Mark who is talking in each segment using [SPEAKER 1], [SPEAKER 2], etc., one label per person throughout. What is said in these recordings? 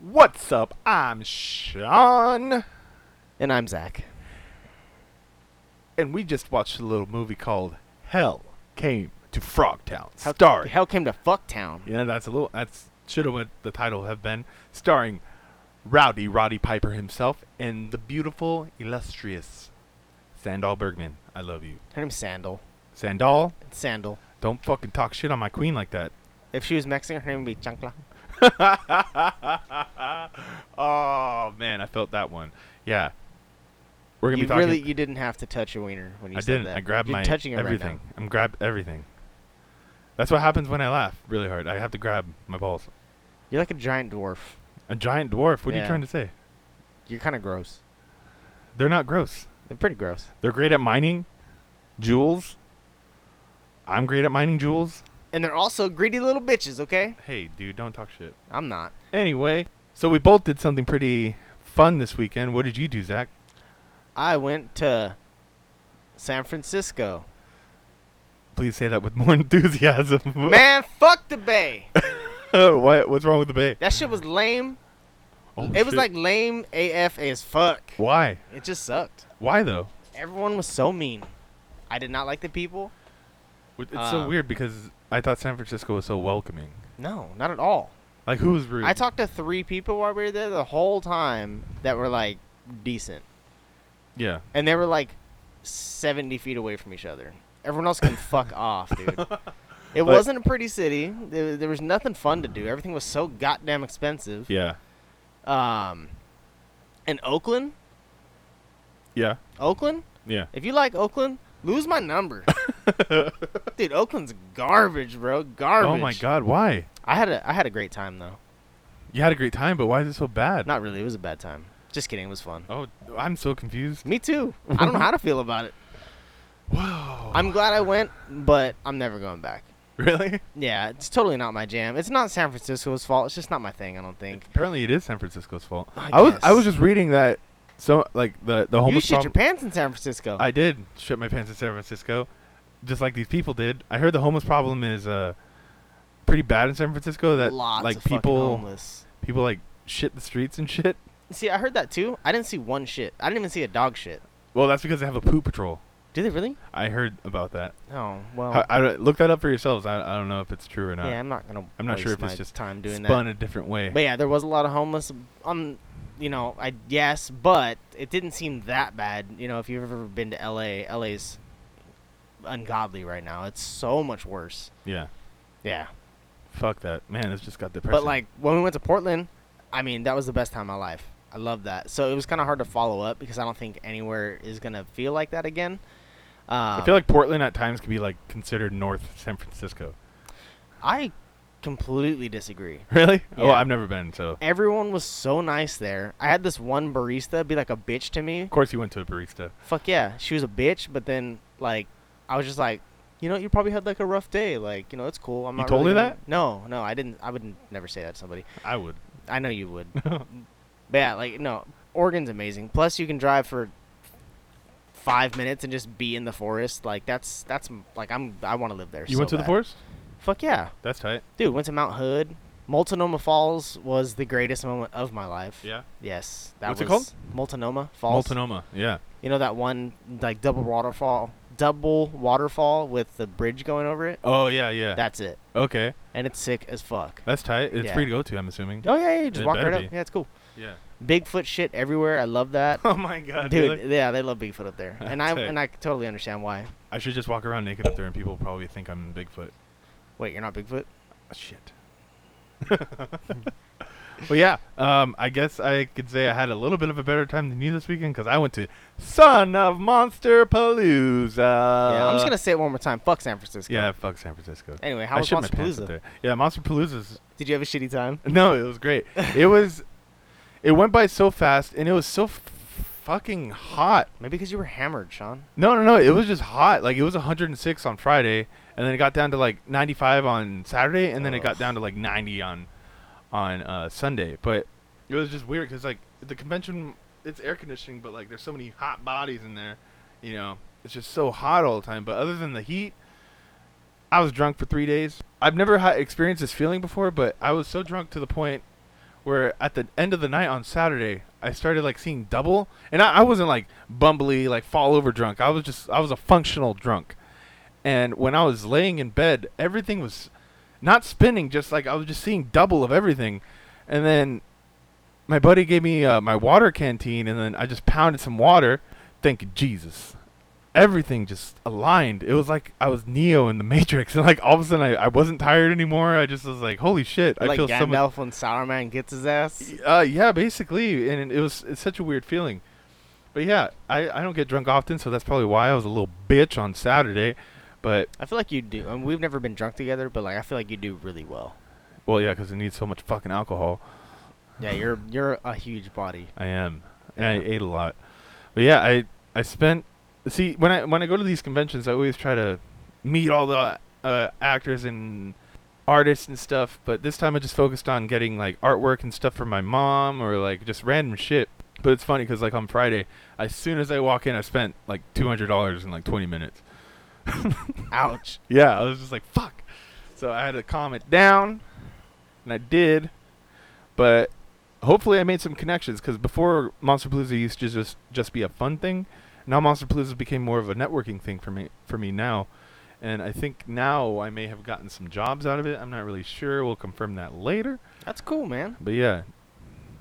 [SPEAKER 1] What's up? I'm Sean.
[SPEAKER 2] And I'm Zach.
[SPEAKER 1] And we just watched a little movie called Hell Came to Frogtown.
[SPEAKER 2] How,
[SPEAKER 1] starring.
[SPEAKER 2] Hell came to Fucktown.
[SPEAKER 1] yeah, that's a little. That's should have what the title have been. Starring Rowdy Roddy Piper himself and the beautiful, illustrious Sandal Bergman. I love you.
[SPEAKER 2] Her name's Sandal.
[SPEAKER 1] Sandal,
[SPEAKER 2] It's Sandal.
[SPEAKER 1] don't fucking talk shit on my queen like that.
[SPEAKER 2] If she was Mexican, her name would be Chancla.
[SPEAKER 1] oh man, I felt that one. Yeah, we're gonna
[SPEAKER 2] You
[SPEAKER 1] be talking.
[SPEAKER 2] really, you didn't have to touch your wiener when you
[SPEAKER 1] I
[SPEAKER 2] said
[SPEAKER 1] didn't.
[SPEAKER 2] that.
[SPEAKER 1] I grabbed
[SPEAKER 2] You're
[SPEAKER 1] my
[SPEAKER 2] touching it right now.
[SPEAKER 1] everything. I'm grab everything. That's what happens when I laugh really hard. I have to grab my balls.
[SPEAKER 2] You're like a giant dwarf.
[SPEAKER 1] A giant dwarf. What are you
[SPEAKER 2] Yeah.
[SPEAKER 1] trying to say?
[SPEAKER 2] You're kind of gross.
[SPEAKER 1] They're not gross.
[SPEAKER 2] They're pretty gross.
[SPEAKER 1] They're great at mining jewels. I'm great at mining jewels.
[SPEAKER 2] And they're also greedy little bitches. Okay,
[SPEAKER 1] Hey, dude, don't talk shit.
[SPEAKER 2] I'm not.
[SPEAKER 1] Anyway, so we both did something pretty fun this weekend. What did you do, Zach?
[SPEAKER 2] I went to San Francisco.
[SPEAKER 1] Please say that with more enthusiasm.
[SPEAKER 2] Man, fuck the Bay.
[SPEAKER 1] what, what's wrong with the bay?
[SPEAKER 2] That shit was lame.
[SPEAKER 1] Oh,
[SPEAKER 2] it was
[SPEAKER 1] shit.
[SPEAKER 2] like lame AF as fuck.
[SPEAKER 1] why?
[SPEAKER 2] It just sucked.
[SPEAKER 1] Why though?
[SPEAKER 2] Everyone was so mean. I did not like the people.
[SPEAKER 1] It- It's so
[SPEAKER 2] Um,
[SPEAKER 1] weird because I thought San Francisco was so welcoming.
[SPEAKER 2] No, not at all.
[SPEAKER 1] Like who was rude?
[SPEAKER 2] I talked to three people while we were there the whole time that were like decent,
[SPEAKER 1] Yeah.
[SPEAKER 2] and they were like seventy feet away from each other. Everyone else can fuck off, dude. It
[SPEAKER 1] But-
[SPEAKER 2] wasn't a pretty city. There, there was nothing fun to do. Everything was so goddamn expensive.
[SPEAKER 1] Yeah.
[SPEAKER 2] Um, and Oakland,
[SPEAKER 1] Yeah.
[SPEAKER 2] Oakland.
[SPEAKER 1] Yeah.
[SPEAKER 2] If you like Oakland, lose my number, dude. Oakland's garbage, bro. Garbage.
[SPEAKER 1] Oh my god, why?
[SPEAKER 2] I had a I had a great time though.
[SPEAKER 1] You had a great time, but why is it so bad?
[SPEAKER 2] Not really. It was a bad time. Just kidding. It was fun.
[SPEAKER 1] oh, I'm so confused.
[SPEAKER 2] Me too. I don't know how to feel about it.
[SPEAKER 1] Whoa.
[SPEAKER 2] I'm glad I went, but I'm never going back.
[SPEAKER 1] really?
[SPEAKER 2] Yeah, it's totally not my jam. It's not San Francisco's fault. It's just not my thing. I don't think.
[SPEAKER 1] Apparently it is San Francisco's fault.
[SPEAKER 2] I
[SPEAKER 1] I, was I
[SPEAKER 2] guess.
[SPEAKER 1] was just reading that so like the the
[SPEAKER 2] you
[SPEAKER 1] homeless
[SPEAKER 2] shit your
[SPEAKER 1] problem-
[SPEAKER 2] pants in San Francisco.
[SPEAKER 1] I did shit my pants in San Francisco, just like these people did. I heard the homeless problem is uh pretty bad in San Francisco that
[SPEAKER 2] Lots
[SPEAKER 1] like
[SPEAKER 2] of fucking
[SPEAKER 1] people
[SPEAKER 2] homeless.
[SPEAKER 1] people like shit the streets and shit.
[SPEAKER 2] See, I heard that too. I didn't see one shit. I didn't even see a dog shit.
[SPEAKER 1] Well, that's because they have a poop patrol.
[SPEAKER 2] Do they really?
[SPEAKER 1] I heard about that.
[SPEAKER 2] Oh well.
[SPEAKER 1] I, I don't- look that up for yourselves. I, I don't know if it's true or not.
[SPEAKER 2] yeah, I'm not gonna.
[SPEAKER 1] I'm not sure
[SPEAKER 2] waste
[SPEAKER 1] if it's
[SPEAKER 2] my
[SPEAKER 1] just
[SPEAKER 2] time doing
[SPEAKER 1] Spun
[SPEAKER 2] that.
[SPEAKER 1] a different way.
[SPEAKER 2] But yeah, there was a lot of homeless. Um, you know, I yes, but it didn't seem that bad. You know, if you've ever been to L.A., L.A.'s ungodly right now. It's so much worse.
[SPEAKER 1] yeah.
[SPEAKER 2] Yeah.
[SPEAKER 1] Fuck that. Man, it's just got depressing.
[SPEAKER 2] But like when we went to Portland, I mean that was the best time of my life. I love that. So it was kind of hard to follow up because I don't think anywhere is gonna feel like that again. Um,
[SPEAKER 1] I feel like Portland at times could be like considered North San Francisco.
[SPEAKER 2] I completely disagree.
[SPEAKER 1] Really? Oh,
[SPEAKER 2] Yeah.
[SPEAKER 1] I've never been, so.
[SPEAKER 2] Everyone was so nice there. I had this one barista be like a bitch to me.
[SPEAKER 1] Of course you went to a barista.
[SPEAKER 2] Fuck yeah, she was a bitch. But then like I was just like, you know, you probably had like a rough day. Like you know, it's cool. I'm
[SPEAKER 1] You
[SPEAKER 2] not
[SPEAKER 1] told
[SPEAKER 2] really
[SPEAKER 1] her
[SPEAKER 2] gonna-" No, no, I didn't. I would never say that to somebody.
[SPEAKER 1] I would.
[SPEAKER 2] I know you would. but yeah, like no, Oregon's amazing. Plus, you can drive for five minutes and just be in the forest. Like that's that's m- like I'm I want to live there.
[SPEAKER 1] You
[SPEAKER 2] so
[SPEAKER 1] went to the
[SPEAKER 2] bad.
[SPEAKER 1] forest?
[SPEAKER 2] Fuck yeah,
[SPEAKER 1] That's tight.
[SPEAKER 2] dude. Went to Mount Hood. Multnomah Falls was the greatest moment of my life.
[SPEAKER 1] Yeah.
[SPEAKER 2] Yes, that
[SPEAKER 1] What's it
[SPEAKER 2] was
[SPEAKER 1] called?
[SPEAKER 2] Multnomah Falls.
[SPEAKER 1] Multnomah. Yeah.
[SPEAKER 2] You know that one like double waterfall, double waterfall with the bridge going over it.
[SPEAKER 1] Oh, yeah, yeah.
[SPEAKER 2] That's it,
[SPEAKER 1] okay.
[SPEAKER 2] and it's sick as fuck.
[SPEAKER 1] That's tight. It's
[SPEAKER 2] Yeah.
[SPEAKER 1] free to go to, I'm assuming.
[SPEAKER 2] Oh yeah, yeah, just
[SPEAKER 1] It
[SPEAKER 2] walk
[SPEAKER 1] better
[SPEAKER 2] right up.
[SPEAKER 1] be.
[SPEAKER 2] Yeah, it's cool.
[SPEAKER 1] Yeah.
[SPEAKER 2] Bigfoot shit everywhere. I love that.
[SPEAKER 1] Oh my god,
[SPEAKER 2] Dude,
[SPEAKER 1] really?
[SPEAKER 2] yeah, they love Bigfoot up there, and I
[SPEAKER 1] Tight.
[SPEAKER 2] and I totally understand why.
[SPEAKER 1] I should just walk around naked up there and people will probably think I'm Bigfoot.
[SPEAKER 2] Wait, you're not Bigfoot?
[SPEAKER 1] Shit. well, yeah. Um, I guess I could say I had a little bit of a better time than you this weekend because I went to Son of Monster Palooza.
[SPEAKER 2] yeah, I'm just gonna say it one more time. Fuck San Francisco.
[SPEAKER 1] Uh, Yeah, fuck San Francisco.
[SPEAKER 2] Anyway, how
[SPEAKER 1] I
[SPEAKER 2] was
[SPEAKER 1] shit my
[SPEAKER 2] Monster
[SPEAKER 1] pants up
[SPEAKER 2] Palooza?
[SPEAKER 1] there. Yeah, Monster Palooza's.
[SPEAKER 2] Did you have a shitty time?
[SPEAKER 1] No, it was great. it was. It went by so fast, and it was so f- fucking hot.
[SPEAKER 2] Maybe because you were hammered, Sean.
[SPEAKER 1] No, no, no. It was just hot. Like it was 106 on Friday, and then it got down to like 95 on Saturday, and then it got
[SPEAKER 2] Ugh.
[SPEAKER 1] down to like 90 on on uh, Sunday. But it was just weird because like the convention, it's air conditioning, but like there's so many hot bodies in there. You know, it's just so hot all the time. But other than the heat, I was drunk for three days. I've never ha- experienced this feeling before, but I was so drunk to the point where at the end of the night on Saturday, I started like seeing double, and I, I wasn't like bumbly, like fall over drunk. I was just I was a functional drunk, and when I was laying in bed, everything was not spinning, just like I was just seeing double of everything, and then my buddy gave me uh, my water canteen, and then I just pounded some water. Thank you, Jesus. Everything just aligned. It was like I was Neo in the Matrix, and like all of a sudden I, I wasn't tired anymore. I just was like, holy shit! I
[SPEAKER 2] like
[SPEAKER 1] feel so much
[SPEAKER 2] Gandalf when Sauron gets his ass.
[SPEAKER 1] uh, yeah, basically, and it was it's such a weird feeling. But yeah, I, I don't get drunk often, so that's probably why I was a little bitch on Saturday. But
[SPEAKER 2] I feel like you do. I mean, we've never been drunk together, but like I feel like you do really well.
[SPEAKER 1] well, yeah, because I need so much fucking alcohol.
[SPEAKER 2] Yeah, you're you're a huge body.
[SPEAKER 1] I am, and I ate a lot. But yeah, I I spent. See, when I when I go to these conventions, I always try to meet all the uh, actors and artists and stuff. But this time, I just focused on getting like artwork and stuff for my mom or like just random shit. But it's funny because like on Friday, as soon as I walk in, I spent like two hundred dollars in like twenty minutes.
[SPEAKER 2] Ouch.
[SPEAKER 1] Yeah, I was just like, fuck. So I had to calm it down, and I did. But hopefully, I made some connections because before Monster Palooza used to just just be a fun thing. Now Monster Palooza became more of a networking thing for me for me now, and I think now I may have gotten some jobs out of it. I'm not really sure. We'll confirm that later.
[SPEAKER 2] That's cool, man.
[SPEAKER 1] But yeah,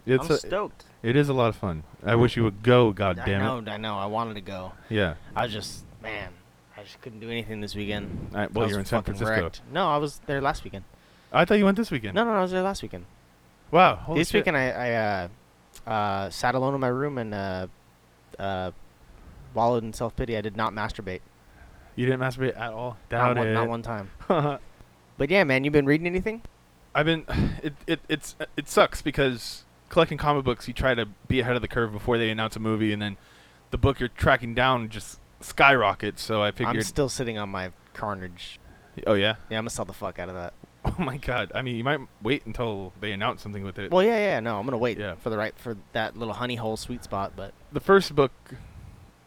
[SPEAKER 1] it's
[SPEAKER 2] I'm
[SPEAKER 1] a,
[SPEAKER 2] stoked.
[SPEAKER 1] it is a lot of fun. I wish you would go. God
[SPEAKER 2] I
[SPEAKER 1] damn it.
[SPEAKER 2] know. I know. I wanted to go.
[SPEAKER 1] Yeah.
[SPEAKER 2] I was just man. I just couldn't do anything this weekend.
[SPEAKER 1] I, well,
[SPEAKER 2] I
[SPEAKER 1] you're in
[SPEAKER 2] was
[SPEAKER 1] San
[SPEAKER 2] fucking
[SPEAKER 1] Francisco.
[SPEAKER 2] wrecked. No, I was there last weekend.
[SPEAKER 1] I thought you went this weekend.
[SPEAKER 2] No, no, no, I was there last weekend.
[SPEAKER 1] Wow. Holy
[SPEAKER 2] this
[SPEAKER 1] shit.
[SPEAKER 2] weekend I, I uh, uh, sat alone in my room and uh, uh, wallowed in self pity. I did not masturbate.
[SPEAKER 1] You didn't masturbate at all.
[SPEAKER 2] Not
[SPEAKER 1] Doubt
[SPEAKER 2] one, not
[SPEAKER 1] it.
[SPEAKER 2] one time. But yeah, man, you been reading anything?
[SPEAKER 1] I've been it, it it's it sucks because collecting comic books you try to be ahead of the curve before they announce a movie and then the book you're tracking down just skyrockets. So I
[SPEAKER 2] I'm
[SPEAKER 1] figured
[SPEAKER 2] still sitting on my Carnage.
[SPEAKER 1] Oh yeah.
[SPEAKER 2] Yeah, I'm gonna sell the fuck out of that.
[SPEAKER 1] Oh my god. I mean, you might wait until they announce something with it.
[SPEAKER 2] Well, yeah, yeah, no, I'm gonna wait
[SPEAKER 1] Yeah.
[SPEAKER 2] for the right for that little honey hole sweet spot. But
[SPEAKER 1] the first book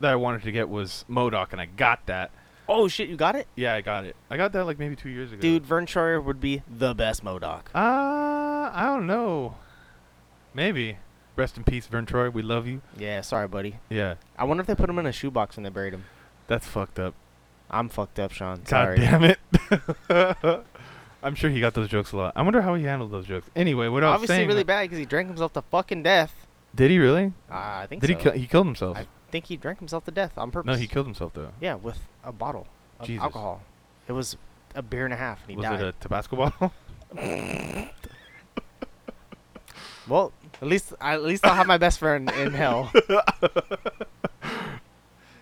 [SPEAKER 1] that I wanted to get was Modoc and I got that.
[SPEAKER 2] oh shit, you got it,
[SPEAKER 1] Yeah, I got it. I got that like maybe 2 years ago.
[SPEAKER 2] dude. Vern Troyer would be the best Modoc.
[SPEAKER 1] Uh, I don't know. Maybe. Rest in peace, Vern Troy. We love you.
[SPEAKER 2] Yeah, sorry, buddy.
[SPEAKER 1] Yeah.
[SPEAKER 2] I wonder if they put him in a shoebox when they buried him.
[SPEAKER 1] That's fucked up.
[SPEAKER 2] I'm fucked up, Sean.
[SPEAKER 1] God
[SPEAKER 2] Sorry.
[SPEAKER 1] damn it. I'm sure he got those jokes a lot. I wonder how he handled those jokes. Anyway, what I was
[SPEAKER 2] Obviously,
[SPEAKER 1] saying.
[SPEAKER 2] really bad because he drank himself to fucking death.
[SPEAKER 1] Did he really?
[SPEAKER 2] Uh, I think
[SPEAKER 1] Did
[SPEAKER 2] so.
[SPEAKER 1] he? Kill, he killed himself.
[SPEAKER 2] I think he drank himself to death on purpose.
[SPEAKER 1] no, he killed himself though.
[SPEAKER 2] Yeah, with a bottle of
[SPEAKER 1] Jesus.
[SPEAKER 2] alcohol. It was a beer and a half, and he
[SPEAKER 1] was
[SPEAKER 2] died.
[SPEAKER 1] it a Tabasco bottle?
[SPEAKER 2] well, at least I, at least I'll have my best friend in hell.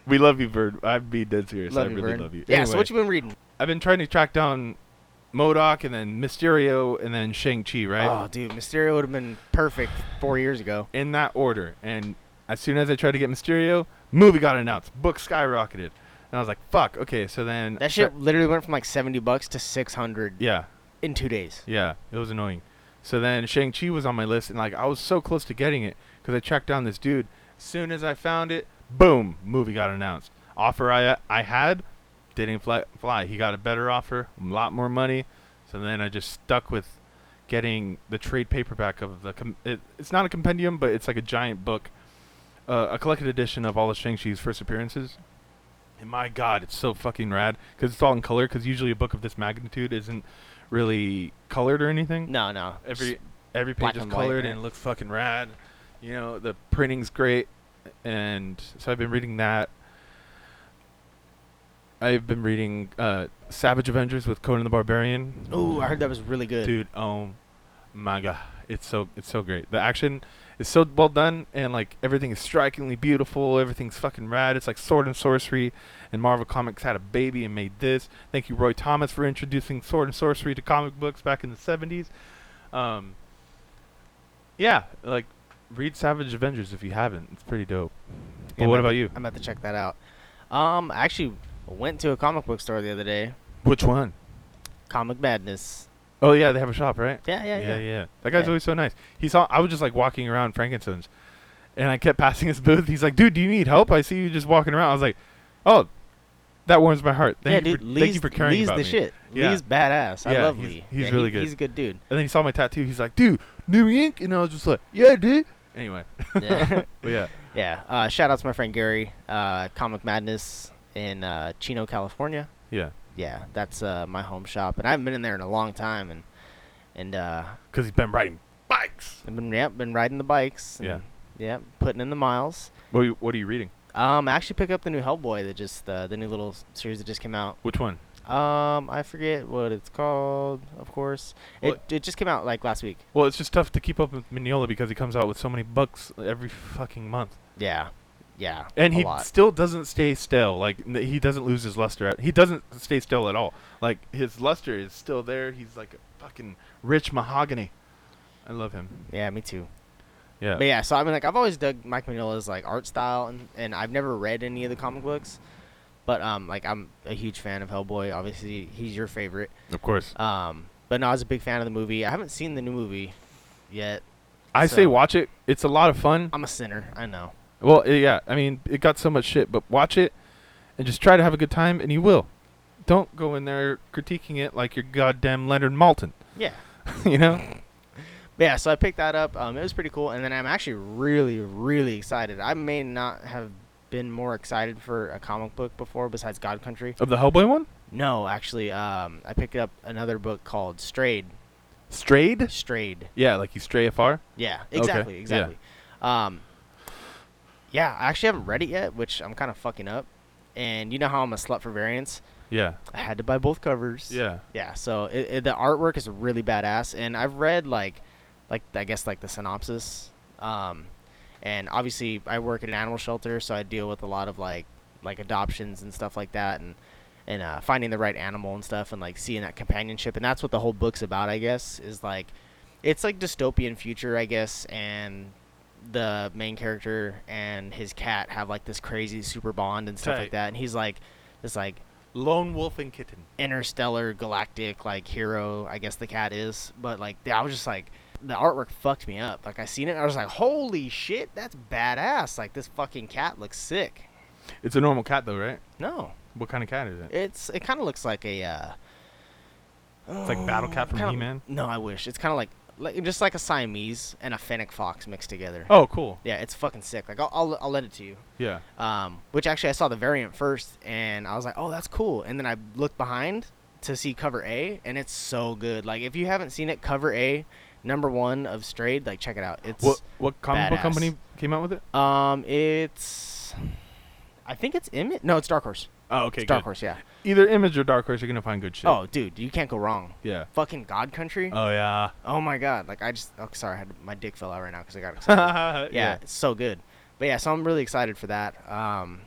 [SPEAKER 1] we love you, Bird. I'm being dead serious.
[SPEAKER 2] love
[SPEAKER 1] I
[SPEAKER 2] you,
[SPEAKER 1] really
[SPEAKER 2] Vern.
[SPEAKER 1] love you.
[SPEAKER 2] Yeah.
[SPEAKER 1] Anyway,
[SPEAKER 2] So what you been reading?
[SPEAKER 1] I've been trying to track down Modoc and then Mysterio and then Shang Chi, right?
[SPEAKER 2] Oh, dude, Mysterio would have been perfect four years ago.
[SPEAKER 1] In that order. And as soon as I tried to get Mysterio, movie got announced. Book skyrocketed, and I was like, "Fuck." Okay, so then
[SPEAKER 2] That shit literally went from like seventy bucks to six hundred
[SPEAKER 1] Yeah.
[SPEAKER 2] in two days.
[SPEAKER 1] Yeah, it was annoying. So then Shang Chi was on my list, and like I was so close to getting it because I tracked down this dude. Soon as I found it, boom, movie got announced. Offer I I had didn't fly. fly. He got a better offer, a lot more money. So then I just stuck with getting the trade paperback of the. Com- it, it's not a compendium, but it's like a giant book, uh, a collected edition of all of Shang Chi's first appearances. And my God, it's so fucking rad because it's all in color. Because usually a book of this magnitude isn't really colored or anything.
[SPEAKER 2] No, no.
[SPEAKER 1] Every every
[SPEAKER 2] black
[SPEAKER 1] page is
[SPEAKER 2] and white,
[SPEAKER 1] colored
[SPEAKER 2] right?
[SPEAKER 1] and it looks fucking rad. You know the printing's great, and so I've been reading that. I've been reading uh, Savage Avengers with Conan the Barbarian.
[SPEAKER 2] Ooh, I heard that was really good.
[SPEAKER 1] Dude, oh my god, it's so it's so great. The action is so well done, and like everything is strikingly beautiful. Everything's fucking rad. It's like sword and sorcery, and Marvel Comics had a baby and made this. Thank you, Roy Thomas, for introducing sword and sorcery to comic books back in the '70s. Um, yeah, like read Savage Avengers if you haven't. It's pretty dope.
[SPEAKER 2] Yeah,
[SPEAKER 1] But what
[SPEAKER 2] I'm
[SPEAKER 1] about
[SPEAKER 2] about-
[SPEAKER 1] you?
[SPEAKER 2] I'm about to check that out. Um, I actually went to a comic book store the other day.
[SPEAKER 1] Which one?
[SPEAKER 2] Comic Madness.
[SPEAKER 1] Oh yeah, they have a shop, right?
[SPEAKER 2] Yeah, yeah, yeah.
[SPEAKER 1] yeah, That guy's
[SPEAKER 2] Yeah.
[SPEAKER 1] always so nice. He saw I was just like walking around Frankenstein's, and I kept passing his booth. He's like, "Dude, do you need help? I see you just walking around." I was like, "Oh, That warms my heart. Thank
[SPEAKER 2] yeah,
[SPEAKER 1] you
[SPEAKER 2] dude.
[SPEAKER 1] for,
[SPEAKER 2] Lee's,
[SPEAKER 1] thank you for caring
[SPEAKER 2] Lee's
[SPEAKER 1] about
[SPEAKER 2] the
[SPEAKER 1] me.
[SPEAKER 2] shit.
[SPEAKER 1] Yeah.
[SPEAKER 2] Lee's badass. I
[SPEAKER 1] Yeah,
[SPEAKER 2] love
[SPEAKER 1] he's-
[SPEAKER 2] Lee.
[SPEAKER 1] he's
[SPEAKER 2] Yeah,
[SPEAKER 1] really
[SPEAKER 2] he-
[SPEAKER 1] good.
[SPEAKER 2] He's a good dude.
[SPEAKER 1] And then he saw my tattoo. He's like, dude, New Ink, and I was just like, yeah, dude. Anyway,
[SPEAKER 2] Yeah.
[SPEAKER 1] but yeah,
[SPEAKER 2] Yeah. Uh, shout out to my friend Gary, uh, Comic Madness in uh, Chino, California.
[SPEAKER 1] yeah,
[SPEAKER 2] Yeah, that's uh, my home shop, and I haven't been in there in a long time, and and uh,
[SPEAKER 1] because he's been riding bikes.
[SPEAKER 2] I've been yeah, been riding the bikes. and,
[SPEAKER 1] Yeah.
[SPEAKER 2] Yeah, putting in the miles.
[SPEAKER 1] What are you, what are you reading?
[SPEAKER 2] Um, I actually picked up the new Hellboy that just uh, the new little s- series that just came out.
[SPEAKER 1] Which one?
[SPEAKER 2] Um, I forget what it's called, of course. It
[SPEAKER 1] What-
[SPEAKER 2] it just came out like last week.
[SPEAKER 1] Well, it's just tough to keep up with Mignola because he comes out with so many books every fucking month,
[SPEAKER 2] Yeah, yeah.
[SPEAKER 1] and
[SPEAKER 2] a
[SPEAKER 1] he
[SPEAKER 2] lot.
[SPEAKER 1] still doesn't stay still. Like n- he doesn't lose his luster. At, he doesn't stay still at all. Like his luster is still there. He's like a fucking rich mahogany. I love him.
[SPEAKER 2] yeah, me too.
[SPEAKER 1] Yeah.
[SPEAKER 2] But yeah, so I mean, like I've always dug Mike Manila's like art style, and, and I've never read any of the comic books, but um, like I'm a huge fan of Hellboy. Obviously, he's your favorite.
[SPEAKER 1] Of course.
[SPEAKER 2] Um, but no, I was a big fan of the movie. I haven't seen the new movie yet.
[SPEAKER 1] I say
[SPEAKER 2] so- Um,
[SPEAKER 1] watch it. It's a lot of fun.
[SPEAKER 2] I'm a sinner. I know.
[SPEAKER 1] Well, i- yeah. I mean, it got so much shit, but watch it and just try to have a good time, and you will. Don't go in there critiquing it like you're goddamn Leonard Maltin.
[SPEAKER 2] Yeah.
[SPEAKER 1] you know?
[SPEAKER 2] But yeah, so I picked that up. Um, it was pretty cool, and then I'm actually really, really excited. I may not have been more excited for a comic book before, besides God Country.
[SPEAKER 1] Of the Hellboy one,
[SPEAKER 2] No, actually, um, I picked up another book called Strayed.
[SPEAKER 1] Strayed.
[SPEAKER 2] Strayed.
[SPEAKER 1] Yeah, like you stray far.
[SPEAKER 2] Yeah,
[SPEAKER 1] Okay,
[SPEAKER 2] exactly,
[SPEAKER 1] yeah.
[SPEAKER 2] exactly. Um, yeah, I actually haven't read it yet, which I'm kind of fucking up. And you know how I'm a slut for variants.
[SPEAKER 1] Yeah.
[SPEAKER 2] I had to buy both covers.
[SPEAKER 1] Yeah.
[SPEAKER 2] Yeah. So it, it- the artwork is really badass, and I've read like, like I guess like the synopsis. Um, and obviously I work at an animal shelter, so I deal with a lot of like like adoptions and stuff like that, and and uh, finding the right animal and stuff, and like seeing that companionship, and that's what the whole book's about, I guess, is like, it's like dystopian future, I guess, and the main character and his cat have like this crazy super bond and stuff
[SPEAKER 1] Tight.
[SPEAKER 2] like that, and he's like, this like
[SPEAKER 1] Lone Wolf and Kitten.
[SPEAKER 2] interstellar galactic like hero i guess the cat is but like i was just like the artwork fucked me up like i seen it and i was like holy shit that's badass like this fucking cat looks sick
[SPEAKER 1] It's a normal cat though, right?
[SPEAKER 2] no
[SPEAKER 1] What kind of cat is it?
[SPEAKER 2] it's it kind of looks like a uh
[SPEAKER 1] It's like Battle Cat from
[SPEAKER 2] kinda-
[SPEAKER 1] He-Man.
[SPEAKER 2] no i wish it's kind of like like just like a siamese and a fennec fox mixed together
[SPEAKER 1] Oh, cool.
[SPEAKER 2] yeah it's fucking sick like i'll i'll, I'll lend it to you
[SPEAKER 1] Yeah.
[SPEAKER 2] um, which actually I saw the variant first, and I was like, "Oh, that's cool." And then I looked behind to see cover A, and it's so good. Like if you haven't seen it, cover A, number one of Strayed, like check it out. It's
[SPEAKER 1] What what comic book
[SPEAKER 2] badass.
[SPEAKER 1] company came out with it?
[SPEAKER 2] um, it's I think it's Image. No, it's Dark Horse.
[SPEAKER 1] Oh, okay.
[SPEAKER 2] it's Dark Horse, yeah.
[SPEAKER 1] Either Image or Dark Horse, you're gonna find good shit.
[SPEAKER 2] Oh, dude, you can't go wrong.
[SPEAKER 1] Yeah.
[SPEAKER 2] Fucking God Country.
[SPEAKER 1] Oh yeah.
[SPEAKER 2] oh my God, like I just. Oh, sorry, I had, my dick fell out right now because I got excited.
[SPEAKER 1] Uh, yeah.
[SPEAKER 2] yeah, it's so good. But yeah, so I'm really excited for that. Um,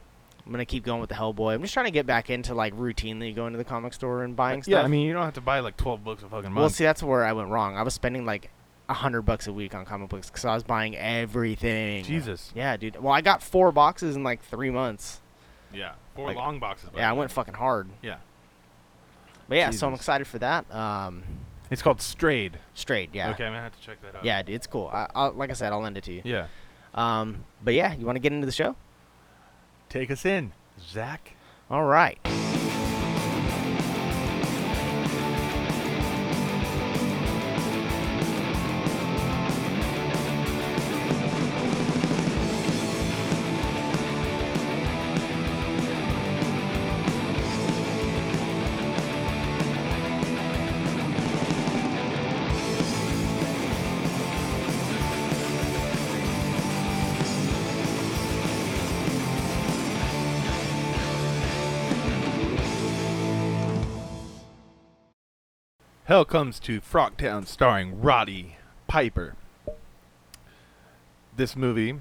[SPEAKER 2] I'm gonna keep going with the Hellboy. I'm just trying to get back into like routinely going to the comic store and buying stuff.
[SPEAKER 1] Uh, Yeah. I mean, you don't have to buy like 12 books a fucking month.
[SPEAKER 2] well, see, that's where I went wrong. I was spending like a hundred bucks a week on comic books because I was buying everything.
[SPEAKER 1] Jesus.
[SPEAKER 2] Yeah, dude. Well, I got four boxes in like three months.
[SPEAKER 1] Yeah. Four
[SPEAKER 2] Like-
[SPEAKER 1] long boxes. but-
[SPEAKER 2] Yeah, I went fucking hard.
[SPEAKER 1] Yeah.
[SPEAKER 2] But yeah, so I'm
[SPEAKER 1] Jesus.
[SPEAKER 2] excited for that. Um,
[SPEAKER 1] It's called Strayed.
[SPEAKER 2] straight. Yeah.
[SPEAKER 1] Okay, I'm gonna have to check that out.
[SPEAKER 2] Yeah, dude, it's cool. I, I'll, like I said, I'll lend it to you.
[SPEAKER 1] Yeah.
[SPEAKER 2] Um, but yeah, you want to get into the show?
[SPEAKER 1] Take us in, Zach.
[SPEAKER 2] All right.
[SPEAKER 1] Hell comes to Frogtown, starring Roddy Piper. This movie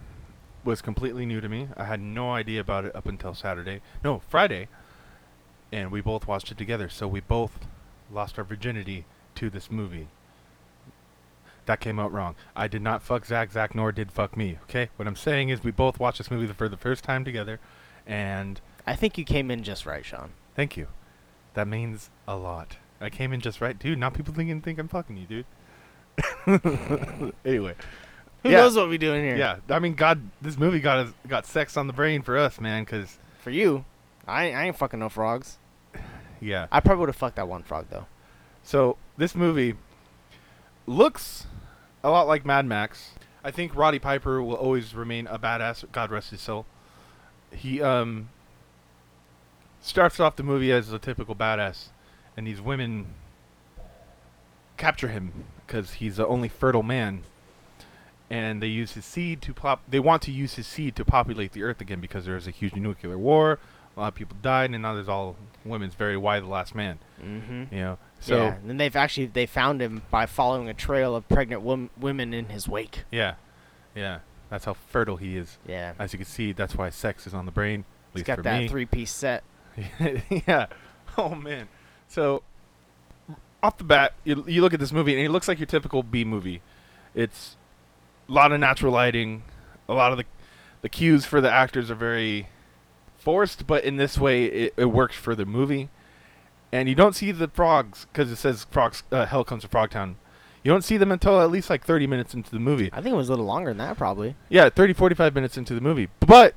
[SPEAKER 1] was completely new to me. I had no idea about it up until Saturday. No, Friday. And we both watched it together, so we both lost our virginity to this movie. That came out wrong. I did not fuck Zach. Zach nor did fuck me. Okay, what I'm saying is we both watched this movie for the first time together, and
[SPEAKER 2] I think you came in just right, Sean.
[SPEAKER 1] Thank you. That means a lot. I came in just right, dude. Now people thinking think I'm fucking you, dude. anyway,
[SPEAKER 2] Who
[SPEAKER 1] Yeah.
[SPEAKER 2] knows what we're doing here?
[SPEAKER 1] yeah. I mean, God, this movie got us, got sex on the brain for us, man. Because
[SPEAKER 2] For you, I, I ain't fucking no frogs.
[SPEAKER 1] Yeah.
[SPEAKER 2] I probably would have fucked that one frog though.
[SPEAKER 1] So this movie looks a lot like Mad Max. I think Roddy Piper will always remain a badass. God rest his soul. He um starts off the movie as a typical badass, and these women capture him because he's the only fertile man. And they use his seed to pop. They want to use his seed to populate the Earth again because there was a huge nuclear war. A lot of people died, and now there's all women's very why the last man.
[SPEAKER 2] Mm-hmm.
[SPEAKER 1] You know, so
[SPEAKER 2] yeah, and then they've actually they found him by following a trail of pregnant wom- women in his wake.
[SPEAKER 1] Yeah, yeah. That's how fertile he is.
[SPEAKER 2] Yeah,
[SPEAKER 1] As you can see, that's why sex is on the brain. At
[SPEAKER 2] he's
[SPEAKER 1] least
[SPEAKER 2] got
[SPEAKER 1] for
[SPEAKER 2] that
[SPEAKER 1] me.
[SPEAKER 2] three-piece set.
[SPEAKER 1] yeah. Oh man. So off the bat, you you look at this movie and it looks like your typical B movie. It's a lot of natural lighting. A lot of the the cues for the actors are very forced, but in this way, it, it works for the movie. And you don't see the frogs because it says frogs. Uh, Hell comes to Frogtown. You don't see them until at least like 30 minutes into the movie.
[SPEAKER 2] I think it was a little longer than that probably.
[SPEAKER 1] Yeah, 30, 45 minutes into the movie. But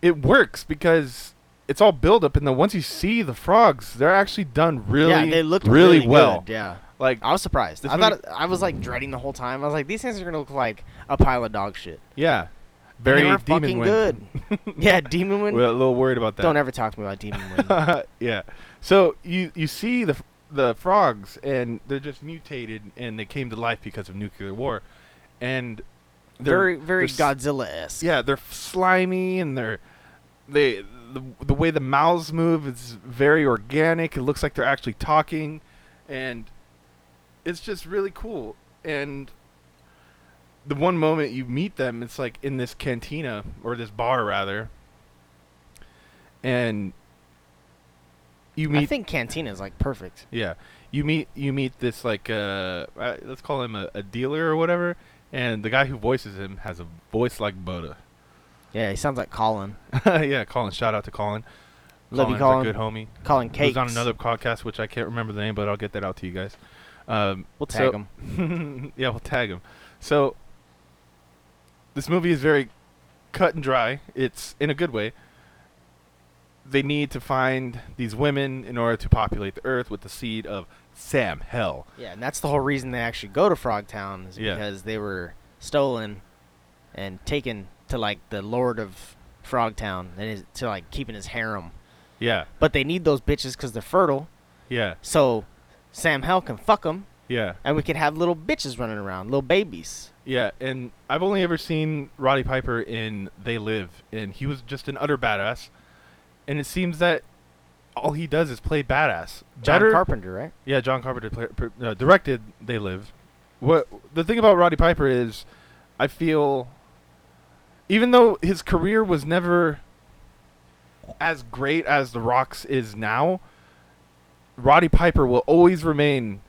[SPEAKER 1] it works because it's all build up and then once you see the frogs, they're actually done really
[SPEAKER 2] yeah, they looked
[SPEAKER 1] really,
[SPEAKER 2] really,
[SPEAKER 1] well.
[SPEAKER 2] good, Yeah,
[SPEAKER 1] Like
[SPEAKER 2] I was surprised.
[SPEAKER 1] This
[SPEAKER 2] I thought I was like dreading the whole time. I was like, these things are gonna look like a pile of dog shit.
[SPEAKER 1] yeah. Very
[SPEAKER 2] they were
[SPEAKER 1] demon
[SPEAKER 2] fucking
[SPEAKER 1] wind.
[SPEAKER 2] good. yeah, demon wind.
[SPEAKER 1] We're a little worried about that.
[SPEAKER 2] Don't ever talk to me about demon wind.
[SPEAKER 1] yeah. So you you see the f- the frogs and they're just mutated and they came to life because of nuclear war. And they're
[SPEAKER 2] very very
[SPEAKER 1] they're s-
[SPEAKER 2] Godzilla esque.
[SPEAKER 1] yeah they're slimy and they're they the, the way the mouths move is very organic it looks like they're actually talking and it's just really cool and the one moment you meet them it's like in this cantina or this bar rather and you
[SPEAKER 2] I
[SPEAKER 1] meet
[SPEAKER 2] think Cantina is like perfect.
[SPEAKER 1] yeah, you meet you meet this like uh, uh, let's call him a, a dealer or whatever, and the guy who voices him has a voice like Buddha.
[SPEAKER 2] Yeah, he sounds like Colin.
[SPEAKER 1] yeah, Colin. Shout out to Colin.
[SPEAKER 2] Love you,
[SPEAKER 1] Colin's
[SPEAKER 2] Colin.
[SPEAKER 1] A good homie.
[SPEAKER 2] Colin
[SPEAKER 1] He
[SPEAKER 2] Cakes.
[SPEAKER 1] was on another podcast, which I can't remember the name, but I'll get that out to you guys. Um,
[SPEAKER 2] We'll
[SPEAKER 1] so-
[SPEAKER 2] tag him.
[SPEAKER 1] yeah, we'll tag him. So this movie is very cut and dry. It's in a good way. They need to find these women in order to populate the earth with the seed of Sam Hell.
[SPEAKER 2] Yeah, and that's the whole reason they actually go to Frogtown is
[SPEAKER 1] Yeah.
[SPEAKER 2] because they were stolen and taken to like the Lord of Frogtown and his, to like keeping his harem.
[SPEAKER 1] Yeah,
[SPEAKER 2] But they need those bitches because they're fertile,
[SPEAKER 1] yeah,
[SPEAKER 2] so Sam Hell can fuck them,
[SPEAKER 1] yeah,
[SPEAKER 2] and we can have little bitches running around, little babies.
[SPEAKER 1] yeah. And I've only ever seen Roddy Piper in They Live, and he was just an utter badass. And it seems that all he does is play badass.
[SPEAKER 2] John
[SPEAKER 1] Better-
[SPEAKER 2] Carpenter, right?
[SPEAKER 1] Yeah, John Carpenter pla- pr- uh, directed They Live. What the thing about Roddy Piper is, I feel, even though his career was never as great as The Rock's is now, Roddy Piper will always remain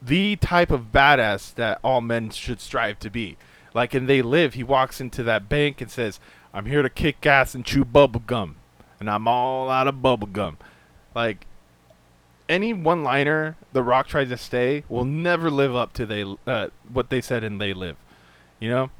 [SPEAKER 1] the type of badass that all men should strive to be. Like in They Live, he walks into that bank and says, "I'm here to kick ass and chew bubble gum, and I'm all out of bubble gum." Like any one-liner The Rock tries to stay will never live up to they uh, what they said in They Live. You know?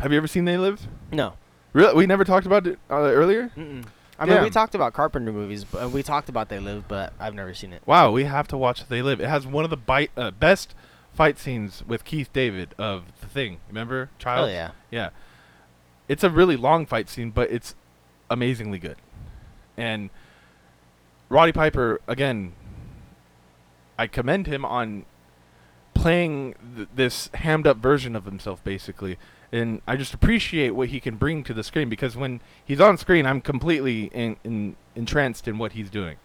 [SPEAKER 1] Have you ever seen They Live?
[SPEAKER 2] No.
[SPEAKER 1] Really? We never talked about it uh, earlier.
[SPEAKER 2] Mm-mm. I mean, we
[SPEAKER 1] Damn.
[SPEAKER 2] talked about Carpenter movies, but we talked about They Live, but I've never seen it.
[SPEAKER 1] Wow, we have to watch They Live. It has one of the bite, uh, best fight scenes with Keith David of The Thing. Remember?
[SPEAKER 2] Oh
[SPEAKER 1] Child?
[SPEAKER 2] yeah.
[SPEAKER 1] Yeah. It's a really long fight scene, but it's amazingly good. And Roddy Piper, again, I commend him on playing th- this hammed up version of himself, basically. And I just appreciate what he can bring to the screen because when he's on screen, I'm completely in, in, entranced in what he's doing.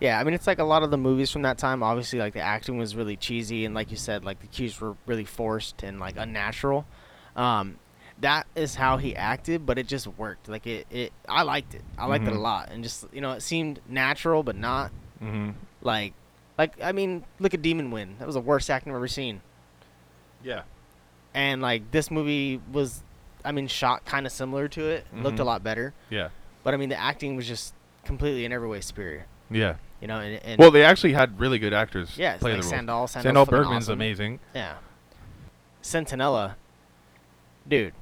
[SPEAKER 2] Yeah, I mean, it's like a lot of the movies from that time. Obviously, like the acting was really cheesy, and like you said, like the cues were really forced and like unnatural. Um, that is how he acted, but it just worked. Like it, it I liked it. I liked it
[SPEAKER 1] Mhm.
[SPEAKER 2] a lot, and just you know, it seemed natural, but not
[SPEAKER 1] Mm-hmm.
[SPEAKER 2] like, like I mean, look at Demon Wind. That was the worst acting I've ever seen.
[SPEAKER 1] Yeah.
[SPEAKER 2] And like this movie was, I mean, shot kind of similar to it. Looked a
[SPEAKER 1] Mhm.
[SPEAKER 2] lot better,
[SPEAKER 1] Yeah.
[SPEAKER 2] but I mean, the acting was just completely in every way superior.
[SPEAKER 1] Yeah.
[SPEAKER 2] You know, and, and
[SPEAKER 1] Well, they actually had really good actors
[SPEAKER 2] yeah, it's
[SPEAKER 1] play
[SPEAKER 2] like
[SPEAKER 1] the role.
[SPEAKER 2] Sandal. Sandal's
[SPEAKER 1] Sandal
[SPEAKER 2] fucking
[SPEAKER 1] Bergman's
[SPEAKER 2] awesome.
[SPEAKER 1] amazing.
[SPEAKER 2] Yeah. Sentinella. Dude.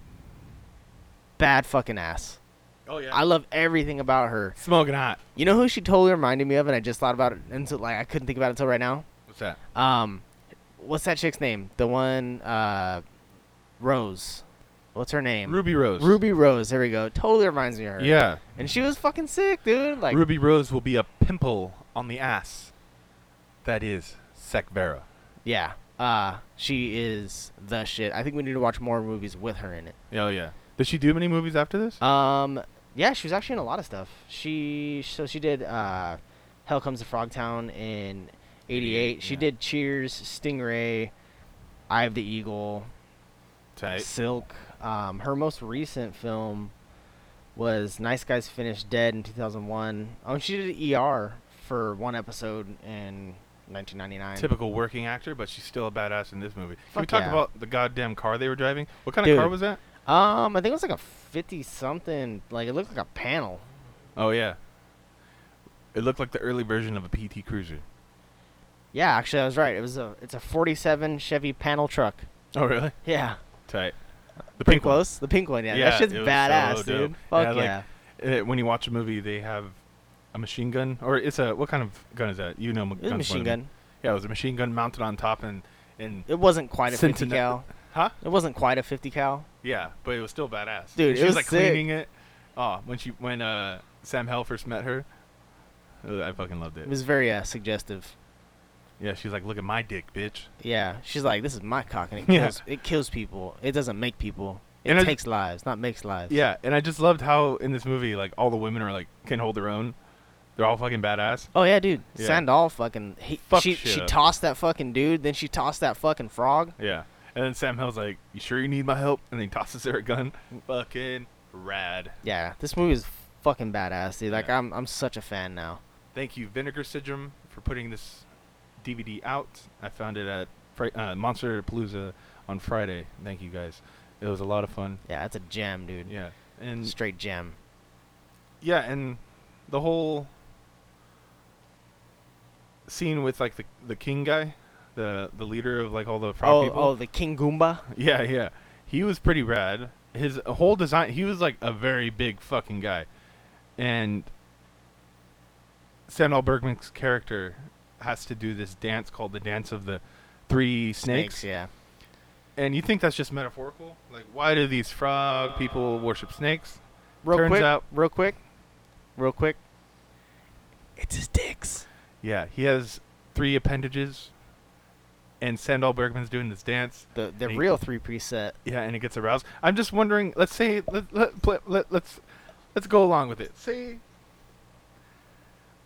[SPEAKER 2] Bad fucking ass.
[SPEAKER 1] Oh yeah.
[SPEAKER 2] I love everything about her.
[SPEAKER 1] Smoking hot.
[SPEAKER 2] You know who she totally reminded me of, and I just thought about it until like I couldn't think about it until right now.
[SPEAKER 1] What's that?
[SPEAKER 2] Um, what's that chick's name? The one, uh, Rose. What's her name?
[SPEAKER 1] Ruby Rose.
[SPEAKER 2] Ruby Rose. There we go. Totally reminds me of her.
[SPEAKER 1] Yeah.
[SPEAKER 2] And she was fucking sick, dude. Like
[SPEAKER 1] Ruby Rose will be a pimple on the ass. That is Sekvera.
[SPEAKER 2] Yeah. Uh, she is the shit. I think we need to watch more movies with her in it.
[SPEAKER 1] Oh yeah. Did she do many movies after this?
[SPEAKER 2] Um, yeah, she was actually in a lot of stuff. She so she did uh, Hell Comes to Frogtown in '88. She
[SPEAKER 1] yeah.
[SPEAKER 2] did Cheers, Stingray, Eye of the Eagle,
[SPEAKER 1] Tight.
[SPEAKER 2] Silk. Um, her most recent film was Nice Guys Finished Dead in 2001. Oh, and she did ER for one episode in 1999.
[SPEAKER 1] Typical working actor, but she's still a badass in this movie. Can we
[SPEAKER 2] Fuck
[SPEAKER 1] talk
[SPEAKER 2] yeah.
[SPEAKER 1] about the goddamn car they were driving? What kind
[SPEAKER 2] Dude.
[SPEAKER 1] of car was that?
[SPEAKER 2] Um, I think it was like a fifty something. Like it looked like a panel.
[SPEAKER 1] Oh yeah. It looked like the early version of a PT Cruiser.
[SPEAKER 2] Yeah, actually, I was right. It was a it's a forty-seven Chevy panel truck.
[SPEAKER 1] Oh really?
[SPEAKER 2] Yeah,
[SPEAKER 1] Tight. The
[SPEAKER 2] pretty
[SPEAKER 1] pink one.
[SPEAKER 2] close. The pink one. Yeah,
[SPEAKER 1] Yeah,
[SPEAKER 2] that shit's
[SPEAKER 1] it was
[SPEAKER 2] badass,
[SPEAKER 1] so
[SPEAKER 2] dude.
[SPEAKER 1] dope. Yeah,
[SPEAKER 2] Fuck yeah.
[SPEAKER 1] like- Uh, when you watch a movie, they have a machine gun, or it's a what kind of gun is that? You know,
[SPEAKER 2] It was a machine gun.
[SPEAKER 1] Yeah, it was a machine gun mounted on top, and and
[SPEAKER 2] It wasn't quite a fifty
[SPEAKER 1] Sentinel-
[SPEAKER 2] cal.
[SPEAKER 1] huh?
[SPEAKER 2] It wasn't quite a fifty cal.
[SPEAKER 1] Yeah, but it was still badass.
[SPEAKER 2] Dude,
[SPEAKER 1] And
[SPEAKER 2] it
[SPEAKER 1] she was,
[SPEAKER 2] was
[SPEAKER 1] like
[SPEAKER 2] sick.
[SPEAKER 1] cleaning it. Oh, when she when uh Sam Hell first met her, uh, I fucking loved
[SPEAKER 2] It
[SPEAKER 1] it.
[SPEAKER 2] was very uh, suggestive.
[SPEAKER 1] Yeah, she's like, look at my dick, bitch.
[SPEAKER 2] Yeah, she's like, "This is my cock, and it
[SPEAKER 1] Yeah.
[SPEAKER 2] kills. It kills people. It doesn't make people. It
[SPEAKER 1] And I-
[SPEAKER 2] takes lives, not makes lives."
[SPEAKER 1] Yeah, and I just loved how in this movie, like all the women are like can hold their own. They're all fucking badass.
[SPEAKER 2] Oh yeah, dude.
[SPEAKER 1] Yeah.
[SPEAKER 2] Sandal fucking. He,
[SPEAKER 1] Fuck
[SPEAKER 2] she
[SPEAKER 1] shit
[SPEAKER 2] she
[SPEAKER 1] up.
[SPEAKER 2] tossed that fucking dude. Then she tossed that fucking frog.
[SPEAKER 1] Yeah. And then Sam Hell's like, "You sure you need my help?" And then he tosses her a gun. Fucking rad.
[SPEAKER 2] Yeah, this movie is fucking badass, dude. Like
[SPEAKER 1] Yeah.
[SPEAKER 2] I'm I'm such a fan now.
[SPEAKER 1] Thank you, Vinegar Syndrome, for putting this DVD out. I found it at Fri- uh, Monster Palooza on Friday. Thank you guys. It was a lot of fun.
[SPEAKER 2] Yeah, that's a gem, dude.
[SPEAKER 1] Yeah, and
[SPEAKER 2] Straight gem.
[SPEAKER 1] yeah, and the whole scene with like the the king guy, the the leader of like all the frog
[SPEAKER 2] Oh,
[SPEAKER 1] people.
[SPEAKER 2] oh, the King Goomba.
[SPEAKER 1] Yeah, yeah. He was pretty rad. His whole design, he was like a very big fucking guy. And Samuel Bergman's character has to do this dance called the Dance of the Three Snakes.
[SPEAKER 2] yeah.
[SPEAKER 1] And you think that's just metaphorical? Like, why do these frog
[SPEAKER 2] Uh.
[SPEAKER 1] people worship snakes?
[SPEAKER 2] Real
[SPEAKER 1] Turns
[SPEAKER 2] quick,
[SPEAKER 1] out-
[SPEAKER 2] real quick, real quick. It's his dicks.
[SPEAKER 1] Yeah, he has three appendages. And Sandal Bergman's doing this dance.
[SPEAKER 2] The the
[SPEAKER 1] And he-
[SPEAKER 2] real three preset.
[SPEAKER 1] Yeah, and it gets aroused. I'm just wondering. Let's say let let, pl- let let's let's go along with it. Say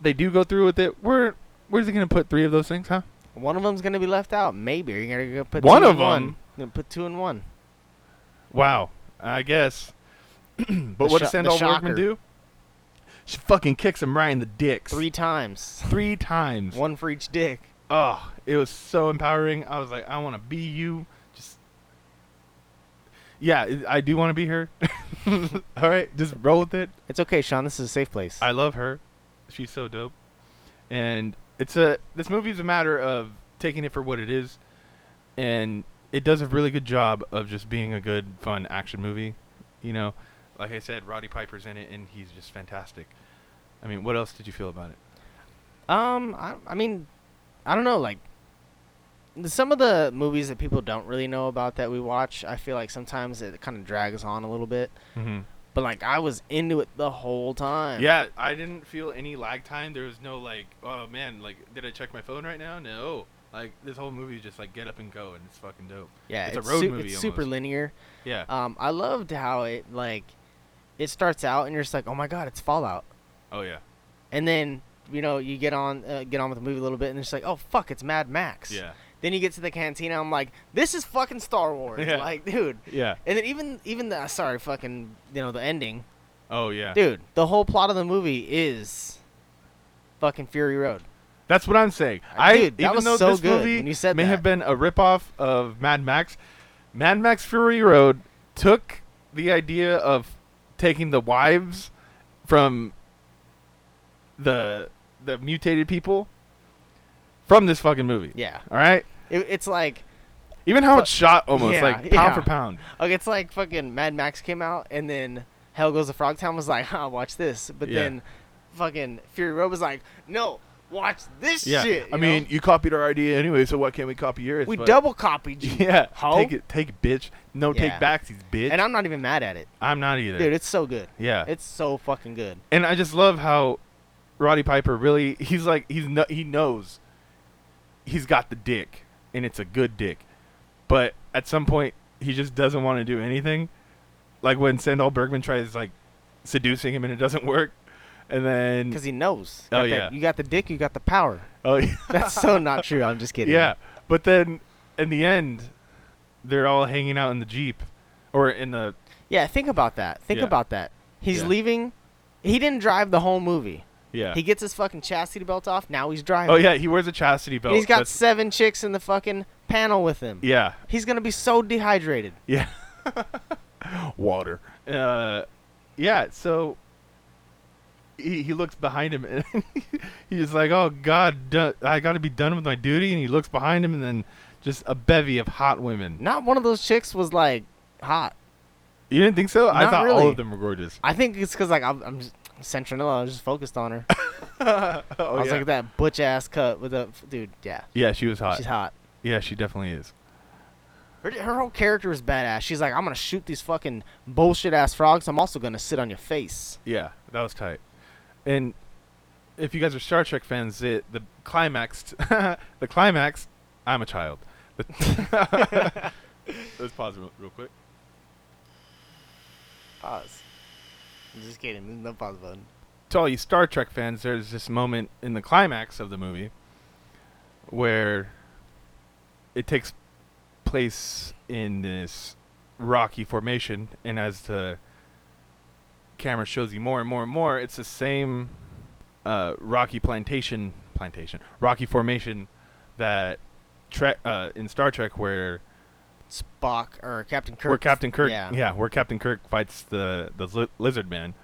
[SPEAKER 1] they do go through with it. Where where's he gonna put three of those things? Huh?
[SPEAKER 2] One of them's gonna be left out. Maybe you're gonna go put
[SPEAKER 1] One
[SPEAKER 2] two
[SPEAKER 1] of
[SPEAKER 2] in one.
[SPEAKER 1] 'em?
[SPEAKER 2] You're gonna put two in one.
[SPEAKER 1] Wow. I guess. but what does
[SPEAKER 2] sho- the
[SPEAKER 1] Sandal Workman
[SPEAKER 2] shocker.
[SPEAKER 1] do? She fucking kicks him right in the dicks
[SPEAKER 2] Three times.
[SPEAKER 1] three times.
[SPEAKER 2] one for each dick.
[SPEAKER 1] Oh, it was so empowering. I was like, I want to be you. Just yeah, I I do want to be her. All right, just roll with it.
[SPEAKER 2] It's okay, Sean. This is a safe place.
[SPEAKER 1] I love her. She's so dope. And it's a this movie's a matter of taking it for what it is, and it does a really good job of just being a good, fun action movie. You know, like I said, Roddy Piper's in it, and he's just fantastic. I mean, what else did you feel about it?
[SPEAKER 2] Um, I, I mean, I don't know. Like, the- some of the movies that people don't really know about that we watch, I feel like sometimes it kind of drags on a little bit.
[SPEAKER 1] Mm-hmm.
[SPEAKER 2] But like, I was into it the whole time.
[SPEAKER 1] Yeah, I didn't feel any lag time. There was no like, oh man, like did I check my phone right now? No. Like this whole movie is just like get up and go, and it's fucking dope.
[SPEAKER 2] yeah.
[SPEAKER 1] it's
[SPEAKER 2] It's,
[SPEAKER 1] a road
[SPEAKER 2] su-
[SPEAKER 1] movie
[SPEAKER 2] It's super
[SPEAKER 1] almost.
[SPEAKER 2] linear.
[SPEAKER 1] Yeah.
[SPEAKER 2] Um, I loved how it like, it starts out and you're just like, oh my god, it's Fallout,
[SPEAKER 1] Oh yeah.
[SPEAKER 2] and then you know you get on uh, get on with the movie a little bit and it's like, oh fuck, it's Mad Max.
[SPEAKER 1] Yeah.
[SPEAKER 2] Then you get to the cantina. I'm like, this is fucking Star Wars.
[SPEAKER 1] Yeah.
[SPEAKER 2] Like, dude.
[SPEAKER 1] Yeah.
[SPEAKER 2] And then even even the sorry fucking you know the ending.
[SPEAKER 1] Oh yeah.
[SPEAKER 2] Dude, the whole plot of the movie is fucking Fury Road.
[SPEAKER 1] That's what I'm saying. I
[SPEAKER 2] Dude, that
[SPEAKER 1] even
[SPEAKER 2] was
[SPEAKER 1] though
[SPEAKER 2] so
[SPEAKER 1] this
[SPEAKER 2] good
[SPEAKER 1] movie
[SPEAKER 2] when you said
[SPEAKER 1] may
[SPEAKER 2] that.
[SPEAKER 1] have been a ripoff of Mad Max, Mad Max Fury Road took the idea of taking the wives from the the mutated people from this fucking movie.
[SPEAKER 2] Yeah.
[SPEAKER 1] All right.
[SPEAKER 2] It, it's like
[SPEAKER 1] Even how
[SPEAKER 2] Fu-
[SPEAKER 1] it's shot almost
[SPEAKER 2] yeah,
[SPEAKER 1] like pound
[SPEAKER 2] yeah.
[SPEAKER 1] for pound.
[SPEAKER 2] okay, it's like fucking Mad Max came out and then Hell Goes to Frogtown was like, huh, watch this. But
[SPEAKER 1] Yeah.
[SPEAKER 2] then fucking Fury Road was like, no, watch this
[SPEAKER 1] Yeah,
[SPEAKER 2] shit.
[SPEAKER 1] I
[SPEAKER 2] you
[SPEAKER 1] mean,
[SPEAKER 2] know?
[SPEAKER 1] you copied our idea anyway, so why can't we copy yours?
[SPEAKER 2] we
[SPEAKER 1] But-
[SPEAKER 2] double copied you.
[SPEAKER 1] Yeah,
[SPEAKER 2] Ho?
[SPEAKER 1] take it, take it, bitch. No
[SPEAKER 2] Yeah.
[SPEAKER 1] take backsies, bitch.
[SPEAKER 2] And I'm not even mad at it.
[SPEAKER 1] I'm not either.
[SPEAKER 2] Dude, it's so good.
[SPEAKER 1] yeah,
[SPEAKER 2] It's so fucking good.
[SPEAKER 1] and I just love how Roddy Piper really he's like he's no, he knows he's got the dick and it's a good dick, but at some point he just doesn't want to do anything. Like when Sandal Bergman tries like seducing him and it doesn't work, and then
[SPEAKER 2] Because he knows.
[SPEAKER 1] Oh,
[SPEAKER 2] Got that-
[SPEAKER 1] yeah.
[SPEAKER 2] You got the dick, you got the power.
[SPEAKER 1] oh
[SPEAKER 2] That's so not true. I'm just kidding.
[SPEAKER 1] yeah, but then in the end they're all hanging out in the jeep or in the
[SPEAKER 2] Yeah, think about that. Think
[SPEAKER 1] Yeah.
[SPEAKER 2] about that. He's
[SPEAKER 1] Yeah.
[SPEAKER 2] leaving. He didn't drive the whole movie.
[SPEAKER 1] yeah.
[SPEAKER 2] He gets his fucking chastity belt off. Now he's driving.
[SPEAKER 1] oh yeah, he wears a chastity
[SPEAKER 2] And
[SPEAKER 1] belt.
[SPEAKER 2] he's got
[SPEAKER 1] That's-
[SPEAKER 2] seven chicks in the fucking panel with him.
[SPEAKER 1] yeah.
[SPEAKER 2] He's gonna be so dehydrated.
[SPEAKER 1] Yeah. Water. Uh, yeah. So he, he looks behind him and he's like, "Oh God, do- I got to be done with my duty." And he looks behind him and then just a bevy of hot women.
[SPEAKER 2] Not one of those chicks was like hot.
[SPEAKER 1] You didn't think so? I
[SPEAKER 2] Not
[SPEAKER 1] thought all
[SPEAKER 2] really.
[SPEAKER 1] of them were gorgeous.
[SPEAKER 2] I think it's because like I'm, I'm just, Centronella. I was just focused on her.
[SPEAKER 1] Oh,
[SPEAKER 2] I was
[SPEAKER 1] yeah.
[SPEAKER 2] like that butch ass cut with a dude. Yeah,
[SPEAKER 1] yeah, she was hot.
[SPEAKER 2] she's hot.
[SPEAKER 1] Yeah, she definitely is.
[SPEAKER 2] Her, her whole character is badass. She's like, I'm gonna shoot these fucking bullshit ass frogs. I'm also gonna sit on your face.
[SPEAKER 1] Yeah, that was tight. And if you guys are Star Trek fans, it, the climax, the climax, I'm a child. The- Let's pause real, real quick.
[SPEAKER 2] Pause. I'm just kidding. There's no pause button.
[SPEAKER 1] to all you Star Trek fans, there's this moment in the climax of the movie where it takes place in this rocky formation, and as the camera shows you more and more and more, it's the same uh, rocky plantation, plantation, rocky formation that Trek uh, in Star Trek where
[SPEAKER 2] Spock or Captain Kirk.
[SPEAKER 1] where Captain Kirk, yeah.
[SPEAKER 2] Yeah.
[SPEAKER 1] where Captain Kirk fights the the li- lizard man.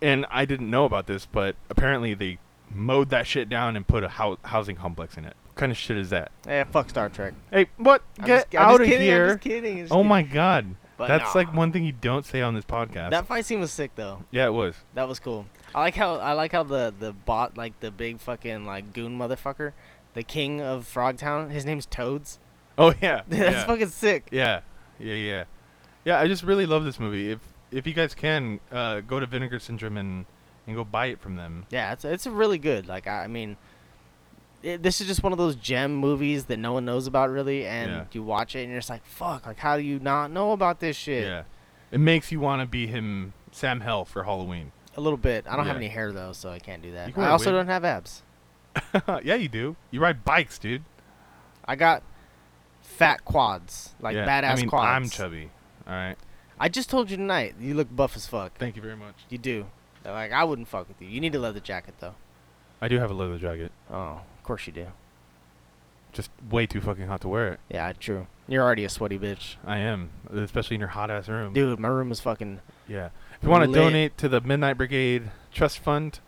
[SPEAKER 1] And I didn't know about this, but apparently they mowed that shit down and put a hou- housing complex in it. What kind of shit is that?
[SPEAKER 2] Yeah, fuck Star Trek.
[SPEAKER 1] Hey, what?
[SPEAKER 2] I'm
[SPEAKER 1] Get
[SPEAKER 2] just- I'm
[SPEAKER 1] out
[SPEAKER 2] just
[SPEAKER 1] of
[SPEAKER 2] kidding, I'm
[SPEAKER 1] here!
[SPEAKER 2] just kidding, I'm just
[SPEAKER 1] oh
[SPEAKER 2] kidding.
[SPEAKER 1] my god,
[SPEAKER 2] But
[SPEAKER 1] that's
[SPEAKER 2] nah.
[SPEAKER 1] like one thing you don't say on this podcast.
[SPEAKER 2] That fight scene was sick though.
[SPEAKER 1] yeah, it was.
[SPEAKER 2] That was cool. I like how I like how the the bot like the big fucking like goon motherfucker, the king of Frogtown. His name's Toads.
[SPEAKER 1] Oh yeah,
[SPEAKER 2] That's
[SPEAKER 1] yeah.
[SPEAKER 2] fucking sick.
[SPEAKER 1] yeah, yeah, yeah, yeah. I just really love this movie. If if you guys can, uh, go to Vinegar Syndrome and and go buy it from them.
[SPEAKER 2] Yeah, it's it's really good. Like I, I mean, it, this is just one of those gem movies that no one knows about really, and
[SPEAKER 1] Yeah.
[SPEAKER 2] you watch it and you're just like, fuck, like how do you not know about this shit?
[SPEAKER 1] Yeah, it makes you want to be him, Sam Hell for Halloween.
[SPEAKER 2] A little bit. I don't have
[SPEAKER 1] Yeah.
[SPEAKER 2] any hair though, so I can't do
[SPEAKER 1] You
[SPEAKER 2] that.
[SPEAKER 1] can wear
[SPEAKER 2] I
[SPEAKER 1] a
[SPEAKER 2] also
[SPEAKER 1] wig.
[SPEAKER 2] don't have abs.
[SPEAKER 1] yeah, you do. You ride bikes, dude.
[SPEAKER 2] I got fat quads, like
[SPEAKER 1] yeah.
[SPEAKER 2] badass
[SPEAKER 1] I mean,
[SPEAKER 2] quads.
[SPEAKER 1] I'm chubby. All right.
[SPEAKER 2] I just told you tonight, you look buff as fuck.
[SPEAKER 1] Thank you very much.
[SPEAKER 2] You do. Like I wouldn't fuck with you. You need a leather jacket though.
[SPEAKER 1] I do have a leather jacket.
[SPEAKER 2] Oh, of course you do.
[SPEAKER 1] Just way too fucking hot to wear it.
[SPEAKER 2] Yeah, true. You're already a sweaty bitch.
[SPEAKER 1] I am, especially in your hot ass room.
[SPEAKER 2] Dude, my room is fucking
[SPEAKER 1] Yeah. If you want to
[SPEAKER 2] Lit.
[SPEAKER 1] donate to the Midnight Brigade Trust Fund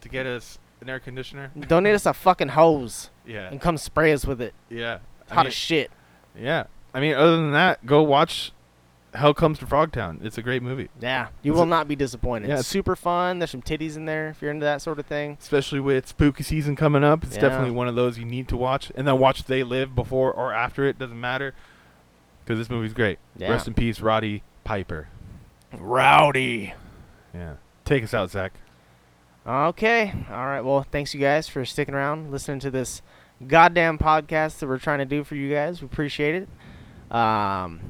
[SPEAKER 1] to get us an air conditioner,
[SPEAKER 2] donate us a fucking hose
[SPEAKER 1] yeah,
[SPEAKER 2] and come spray us with it.
[SPEAKER 1] yeah, I
[SPEAKER 2] Hot
[SPEAKER 1] mean-
[SPEAKER 2] as shit.
[SPEAKER 1] yeah. I mean, other than that, go watch Hell Comes to Frogtown. It's a great movie,
[SPEAKER 2] Yeah. You
[SPEAKER 1] Is
[SPEAKER 2] will
[SPEAKER 1] it-
[SPEAKER 2] not be disappointed.
[SPEAKER 1] Yeah,
[SPEAKER 2] it's
[SPEAKER 1] it's-
[SPEAKER 2] super fun. There's some titties in there if you're into that sort of thing.
[SPEAKER 1] especially with spooky season coming up. It's
[SPEAKER 2] Yeah.
[SPEAKER 1] definitely one of those you need to watch, and then watch They Live before or after it. Doesn't matter, because this movie's great.
[SPEAKER 2] Yeah.
[SPEAKER 1] Rest in peace, Roddy Piper.
[SPEAKER 2] Rowdy.
[SPEAKER 1] Yeah. Take us out, Zach.
[SPEAKER 2] Okay. All right. Well, thanks you guys for sticking around, listening to this goddamn podcast that we're trying to do for you guys. We appreciate it. Um,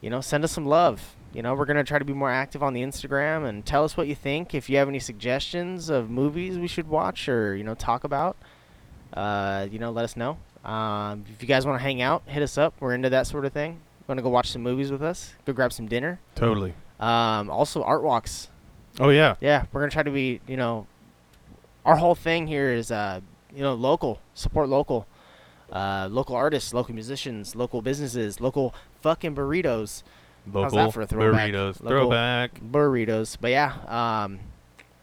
[SPEAKER 2] you know, send us some love. You know, we're gonna try to be more active on the Instagram and tell us what you think. If you have any suggestions of movies we should watch or you know talk about, uh, you know, let us know. Um, if you guys want to hang out, hit us up. We're into that sort of thing. Want to go watch some movies with us? Go grab some dinner.
[SPEAKER 1] Totally.
[SPEAKER 2] Um, also, art walks.
[SPEAKER 1] Oh yeah.
[SPEAKER 2] Yeah, we're gonna try to be, you know, our whole thing here is, uh, you know, local, support local, uh, local artists, local musicians, local businesses, local fucking burritos, How's that
[SPEAKER 1] Local
[SPEAKER 2] for a throwback?
[SPEAKER 1] burritos.
[SPEAKER 2] Local-
[SPEAKER 1] Throwback.
[SPEAKER 2] burritos. But yeah, um,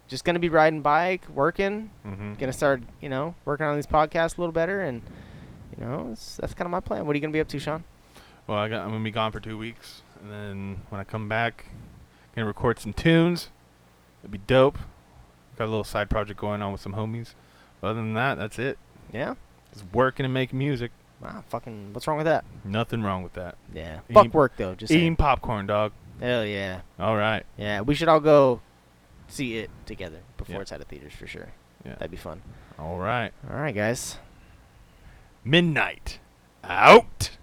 [SPEAKER 2] just gonna be riding bike, working,
[SPEAKER 1] Mm-hmm.
[SPEAKER 2] gonna start, you know, working on these podcasts a little better, and you know, it's, that's kind of my plan. What are you gonna be up to, Sean?
[SPEAKER 1] Well, I got, I'm gonna be gone for two weeks, and then when I come back, Gonna record some tunes. It'd be dope. Got a little side project going on with some homies. But other than that, that's it.
[SPEAKER 2] Yeah.
[SPEAKER 1] Just working and making music.
[SPEAKER 2] Wow, fucking. What's wrong with that?
[SPEAKER 1] Nothing wrong with that.
[SPEAKER 2] Yeah.
[SPEAKER 1] Eating-
[SPEAKER 2] Fuck work though. Just
[SPEAKER 1] Eating
[SPEAKER 2] saying.
[SPEAKER 1] popcorn, dog.
[SPEAKER 2] Hell yeah.
[SPEAKER 1] All right.
[SPEAKER 2] Yeah. We should all go see it together before
[SPEAKER 1] Yeah.
[SPEAKER 2] it's out of theaters for sure.
[SPEAKER 1] Yeah.
[SPEAKER 2] That'd be fun.
[SPEAKER 1] All right.
[SPEAKER 2] All right, guys.
[SPEAKER 1] Midnight. Out.